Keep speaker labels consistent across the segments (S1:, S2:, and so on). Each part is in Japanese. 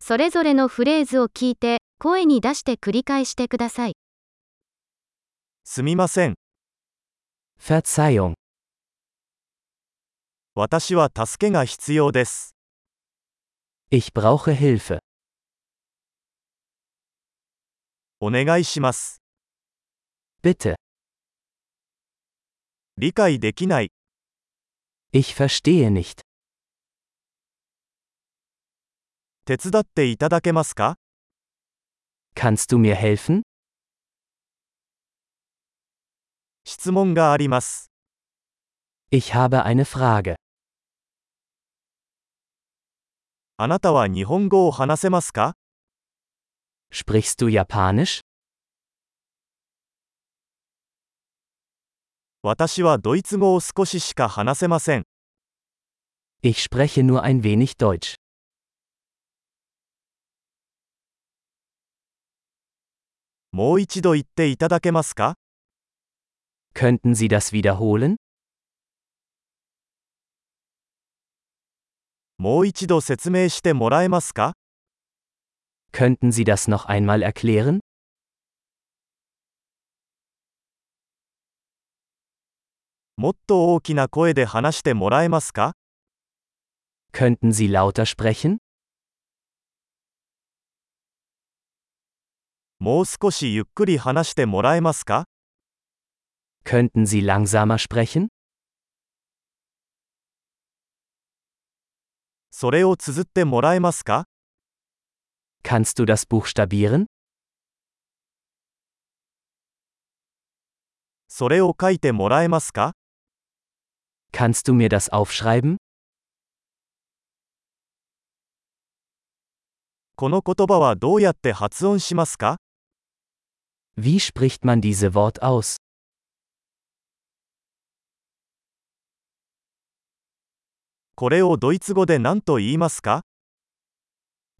S1: それぞれのフレーズを聞いて、声に出して繰り返してください。
S2: すみません。
S3: Verzeihung,
S2: 私は助けが必要です。
S3: ich brauche Hilfe.
S2: お願いします。
S3: Bitte,
S2: 理解できない。
S3: ich verstehe nicht.
S2: 手伝っていただけますか
S3: Kannst du mir helfen?
S2: 質問があります。
S3: Ich habe eine Frage.
S2: あなたは日本語を話せますか
S3: Sprichst du Japanisch?
S2: 私はドイツ語を少ししか話せません。
S3: Ich spreche nur ein wenig Deutsch.
S2: もう一度言っていただけますか
S3: Könnten Sie das wiederholen?
S2: もう一度説明してもらえますか
S3: Könnten Sie das noch einmal erklären?
S2: もっと大きな声で話してもらえますか
S3: Könnten Sie lauter sprechen?
S2: もう少しゆっくり話してもらえますか
S3: Könnten Sie langsamer sprechen?
S2: それを綴ってもらえますか
S3: Kannst du das buchstabieren?
S2: それを書いてもらえますか
S3: Kannst du mir das aufschreiben?
S2: この言葉はどうやって発音しますか
S3: Wie spricht man diese Wort aus?
S2: これをドイツ語で何と言いますか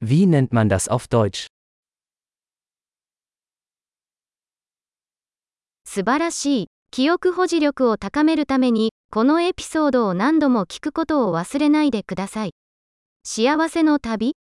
S3: Wie nennt man das auf Deutsch?
S1: 素晴らしい。記憶保持力を高めるために、このエピソードを何度も聞くことを忘れないでください。幸せの旅